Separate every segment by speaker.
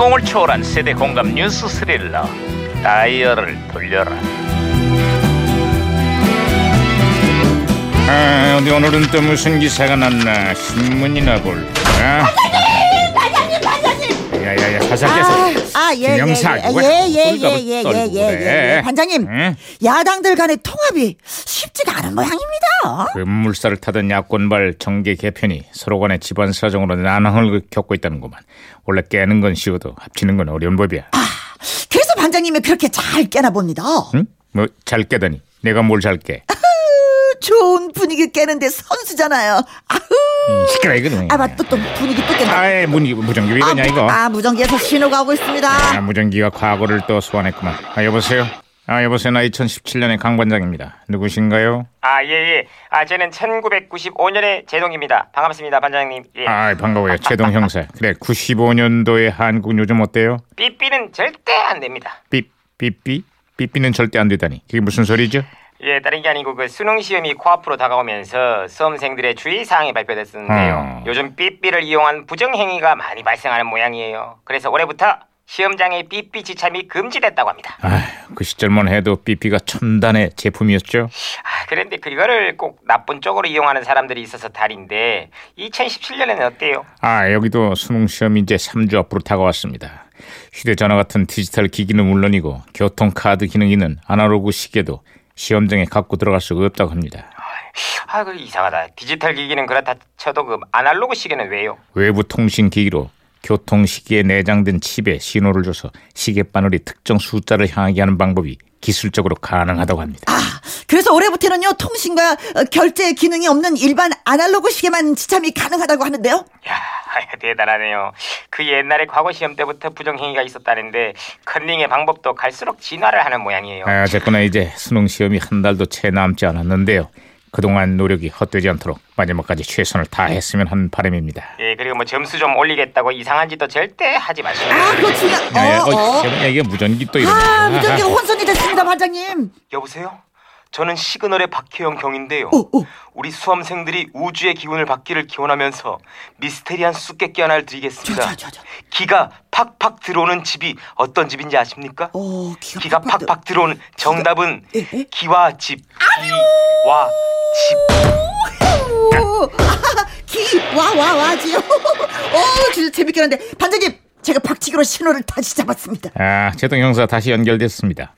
Speaker 1: 감동을 초월한 세대 공감 뉴스 스릴러 다이얼을 돌려라
Speaker 2: 아, 어디 오늘은 또 무슨 기사가 났나 신문이나 볼까? 반장님, 반장님, 반장님. 야야야, 사장께서.
Speaker 3: 아, 예,
Speaker 2: 김영사,
Speaker 3: 예,
Speaker 2: 누가
Speaker 3: 예, 예,
Speaker 2: 돌갑을
Speaker 3: 예, 예,
Speaker 2: 떨고
Speaker 3: 예, 예,
Speaker 2: 그래.
Speaker 3: 예. 반장님,
Speaker 2: 응?
Speaker 3: 야당들 간의 통합이 쉽지가 않은 모양입니다.
Speaker 2: 그 금물살을 타던 야권발 정계 개편이 서로 간의 집안 사정으로 난항을 겪고 있다는구만. 원래 깨는 건 쉬워도 합치는 건 어려운 법이야.
Speaker 3: 그래서 반장님이 그렇게 잘 깨나 봅니다.
Speaker 2: 응? 뭐 잘 깨다니. 내가 뭘 잘 깨?
Speaker 3: 으, 좋은 분위기 깨는데 선수잖아요. 아후.
Speaker 2: 시끄러 이거는.
Speaker 3: 아, 맞, 또, 또 분위기 또 깬다.
Speaker 2: 네. 아이 무전기 무전기 왜
Speaker 3: 아,
Speaker 2: 이러냐 이거.
Speaker 3: 아, 무전기에서 신호가 오고 있습니다.
Speaker 2: 아, 무전기가 과거를 또 소환했구만. 아 여보세요. 아 여보세요. 나 2017년의 강 반장입니다. 누구신가요?
Speaker 4: 아, 예, 예. 아, 저는 1995년에 제동입니다. 반갑습니다, 반장님. 예.
Speaker 2: 아 반가워요 최동 형사 그래 95년도의 한국 요즘 어때요?
Speaker 4: 삐삐는 절대 안 됩니다.
Speaker 2: 삐 삐삐 삐삐는 절대 안 되다니 그게 무슨 소리죠?
Speaker 4: 예, 다른 게 아니고 그 수능 시험이 코앞으로 다가오면서 수험생들의 주의 사항이 발표됐었는데요.
Speaker 2: 음.
Speaker 4: 요즘 삐삐를 이용한 부정 행위가 많이 발생하는 모양이에요. 그래서 올해부터 시험장에 삐삐 지참이 금지됐다고 합니다.
Speaker 2: 아그 시절만 해도 삐삐가 첨단의 제품이었죠
Speaker 4: 아, 그런데 그거를 꼭 나쁜 쪽으로 이용하는 사람들이 있어서 달인데 2017년에는 어때요?
Speaker 2: 아 여기도 수능시험이 이제 3주 앞으로 다가왔습니다 휴대전화 같은 디지털 기기는 물론이고 교통카드 기능 있는 아날로그 시계도 시험장에 갖고 들어갈 수가 없다고 합니다
Speaker 4: 아, 그 이상하다. 디지털 기기는 그렇다 쳐도 그 아날로그 시계는 왜요?
Speaker 2: 외부 통신 기기로 교통 시기에 내장된 칩에 신호를 줘서 시계 바늘이 특정 숫자를 향하게 하는 방법이 기술적으로 가능하다고 합니다.
Speaker 3: 아, 그래서 올해부터는요, 통신과 어, 결제 기능이 없는 일반 아날로그 시계만 지참이 가능하다고 하는데요.
Speaker 4: 야, 대단하네요. 그 옛날에 과거 시험 때부터 부정행위가 있었다는데 컨닝의 방법도 갈수록 진화를 하는 모양이에요.
Speaker 3: 네.
Speaker 2: 아, 어쨌거나 이제 수능 시험이 한 달도 채 남지 않았는데요. 그동안 노력이 헛되지 않도록 마지막까지 최선을 다했으면 하는 바람입니다.
Speaker 4: 예, 그리고 뭐 점수 좀 올리겠다고 이상한 짓도 절대 하지 마시고.
Speaker 3: 아, 그거 중요.
Speaker 2: 야, 야, 예,
Speaker 3: 어,
Speaker 2: 어이,
Speaker 3: 어.
Speaker 2: 야, 이게 무전기 또 이런.
Speaker 3: 아, 무전기가 혼선이 됐습니다, 반장님.
Speaker 4: 여보세요? 저는 시그널의 박혜영 경인데요.
Speaker 2: 어,
Speaker 3: 어!
Speaker 4: 우리 수험생들이 우주의 기운을 받기를 기원하면서 미스테리한 수께끼 하나를 드리겠습니다.
Speaker 3: 저, 저, 저, 저.
Speaker 4: 기가 팍팍 들어오는 집이 어떤 집인지 아십니까?
Speaker 3: 어, 기가,
Speaker 4: 기가
Speaker 3: 팍팍
Speaker 4: 팍팍 들어오는 정답은
Speaker 3: 예, 예?
Speaker 4: 기와 집. 기와 집.
Speaker 3: 기와와와지요. 오 진짜 재밌겠는데 반장님 제가 박치기로 신호를 다시 잡았습니다.
Speaker 2: 아, 제동 형사 다시 연결됐습니다.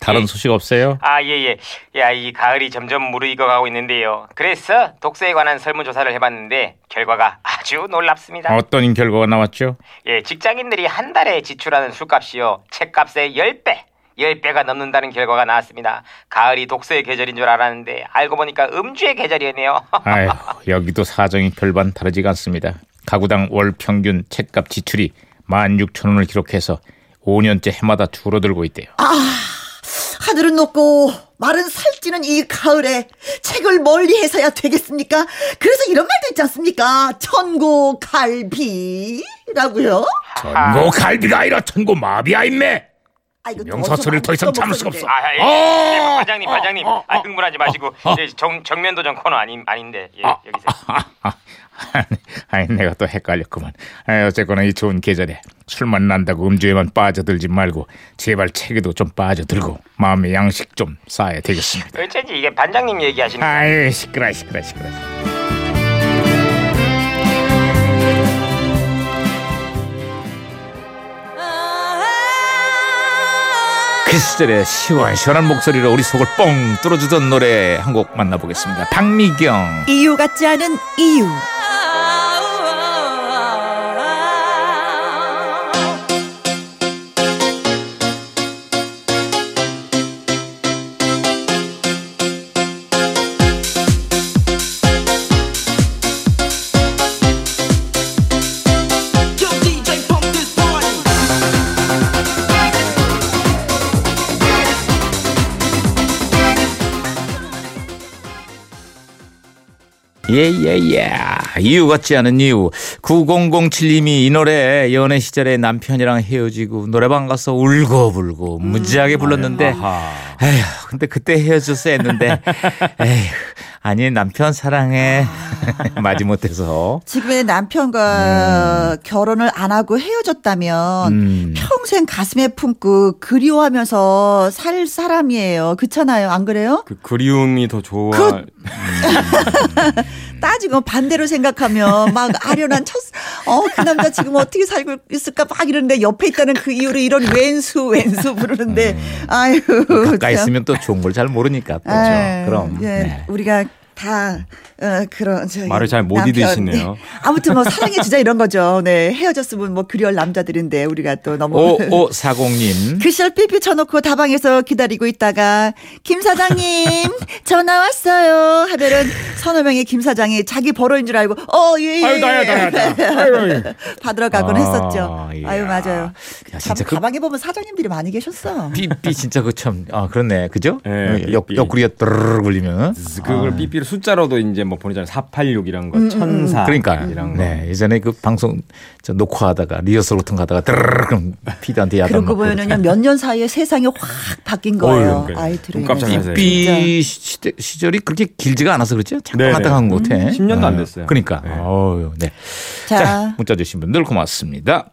Speaker 2: 다른 소식 없어요?
Speaker 4: 예. 아, 예, 예. 야, 이 가을이 점점 무르익어가고 있는데요. 그래서 독서에 관한 설문조사를 해봤는데 결과가 아주 놀랍습니다.
Speaker 2: 어떤 결과가 나왔죠?
Speaker 4: 예, 직장인들이 한 달에 지출하는 술값이요. 책값의 10배. 10배가 넘는다는 결과가 나왔습니다. 가을이 독서의 계절인 줄 알았는데 알고 보니까 음주의 계절이었네요.
Speaker 2: 아휴, 여기도 사정이 별반 다르지가 않습니다. 가구당 월 평균 책값 지출이 16,000원을 기록해서 5년째 해마다 줄어들고 있대요.
Speaker 4: 아,
Speaker 3: 하늘은 높고 말은 살찌는 이 가을에 책을 멀리해서야 되겠습니까? 그래서 이런 말도 있지 않습니까? 천고 갈비라고요.
Speaker 2: 전고 갈비가 아니라 천고 마비야 임매.
Speaker 3: 아, 이거
Speaker 2: 명사소리를 더 이상
Speaker 3: 어쩌면
Speaker 2: 참을 수가
Speaker 3: 써먹었는데.
Speaker 2: 없어. 어,
Speaker 4: 아, 예, 예, 반장님, 반장님.
Speaker 5: 어,
Speaker 4: 아, 흥분하지 마시고 예, 정, 정면도전 코너 아닌, 아닌데 예, 여기서.
Speaker 2: 아니 내가 또 헷갈렸구만. 아, 어쨌거나 이 좋은 계절에 술만 난다고 음주에만 빠져들지 말고 제발 책에도 좀 빠져들고 마음의 양식 좀 쌓아야 되겠습니다.
Speaker 4: 어쩐지 이게 반장님 얘기하시는
Speaker 2: 아유 시끄러 시끄러 시끄러. 그 시절의 시원시원한 목소리로 우리 속을 뻥 뚫어주던 노래 한 곡 만나보겠습니다. 박미경.
Speaker 3: 이유 같지 않은 이유.
Speaker 2: 예예예 이유 같지 않은 이유 9007님이 이 노래 연애 시절에 남편이랑 헤어지고 노래방 가서 울고불고 무지하게 불렀는데 에휴 근데 그때 헤어졌어 했는데 에휴 아니 남편 사랑해 마지못해서
Speaker 3: 지금의 남편과 결혼을 안 하고 헤어졌다면
Speaker 2: 음.
Speaker 3: 평생 가슴에 품고 그리워하면서 살 사람이에요. 그렇잖아요. 안 그래요?
Speaker 5: 그 그리움이 더 좋아.
Speaker 3: 그-
Speaker 2: 그렇죠.
Speaker 3: 따지고 반대로 생각하면 막 아련한 첫, 어, 그 남자 지금 어떻게 살고 있을까 막 이러는데 옆에 있다는 그 이유로 이런 왼수, 왼수 부르는데, 아유.
Speaker 2: 음. 뭐 가까이
Speaker 3: 참.
Speaker 2: 있으면 또 좋은 걸 잘 모르니까 그렇죠.
Speaker 3: 에이,
Speaker 2: 그럼
Speaker 3: 그렇죠. 예,
Speaker 2: 네.
Speaker 3: 우리가 다 어, 그런 저기
Speaker 5: 말을 잘못
Speaker 3: 남편,
Speaker 5: 잊으시네요.
Speaker 3: 네. 아무튼 뭐 사랑해 주자 이런 거죠. 네 헤어졌으면 뭐 그리울 남자들인데 우리가 또 너무
Speaker 2: 오오 사공님
Speaker 3: 그 시절 삐삐 쳐놓고 다방에서 기다리고 있다가 김 사장님 전화 왔어요 하면은 서너 명의 김 사장이 자기 벌어인 줄 알고 어예 예,
Speaker 2: 아유 나야 나야 나야. 아유, 아유.
Speaker 3: 받으러 가곤
Speaker 2: 아,
Speaker 3: 했었죠.
Speaker 2: 이야.
Speaker 3: 아유 맞아요.
Speaker 2: 야,
Speaker 3: 참
Speaker 2: 진짜 그-
Speaker 3: 가방에 보면 사장님들이 많이 계셨어.
Speaker 2: 삐삐 진짜 그참아 그렇네 그죠?
Speaker 5: 예,
Speaker 2: 어, 옆
Speaker 5: 삐삐.
Speaker 2: 옆구리가 뚜르르 굴리면
Speaker 5: 아. 그걸 삐삐를 숫자로도 이제 뭐 보내잖아요. 486이란 거, 천사.
Speaker 2: 그러니까
Speaker 5: 이런 거.
Speaker 2: 네 예전에 그 방송 저 녹화하다가 리허설 같은 거 하다가 뚜르르 그럼 피디한테 야단
Speaker 3: 그런 거
Speaker 2: 맞고
Speaker 3: 보면은요 몇 년 사이에 세상이 확 바뀐 거예요.
Speaker 5: 어휴,
Speaker 3: 아이
Speaker 5: 눈 깜짝
Speaker 3: 들으면서.
Speaker 5: 놀랐어요.
Speaker 2: 삐삐 시대- 시절이 그렇게 길지가 않아서 그렇죠? 잠깐
Speaker 5: 네네.
Speaker 2: 왔다 간것 같아.
Speaker 5: 음, 10 년도 안 됐어요.
Speaker 2: 그러니까.
Speaker 5: 네.
Speaker 2: 어우, 네.
Speaker 3: 자,
Speaker 2: 문자 주신 분들 고맙습니다.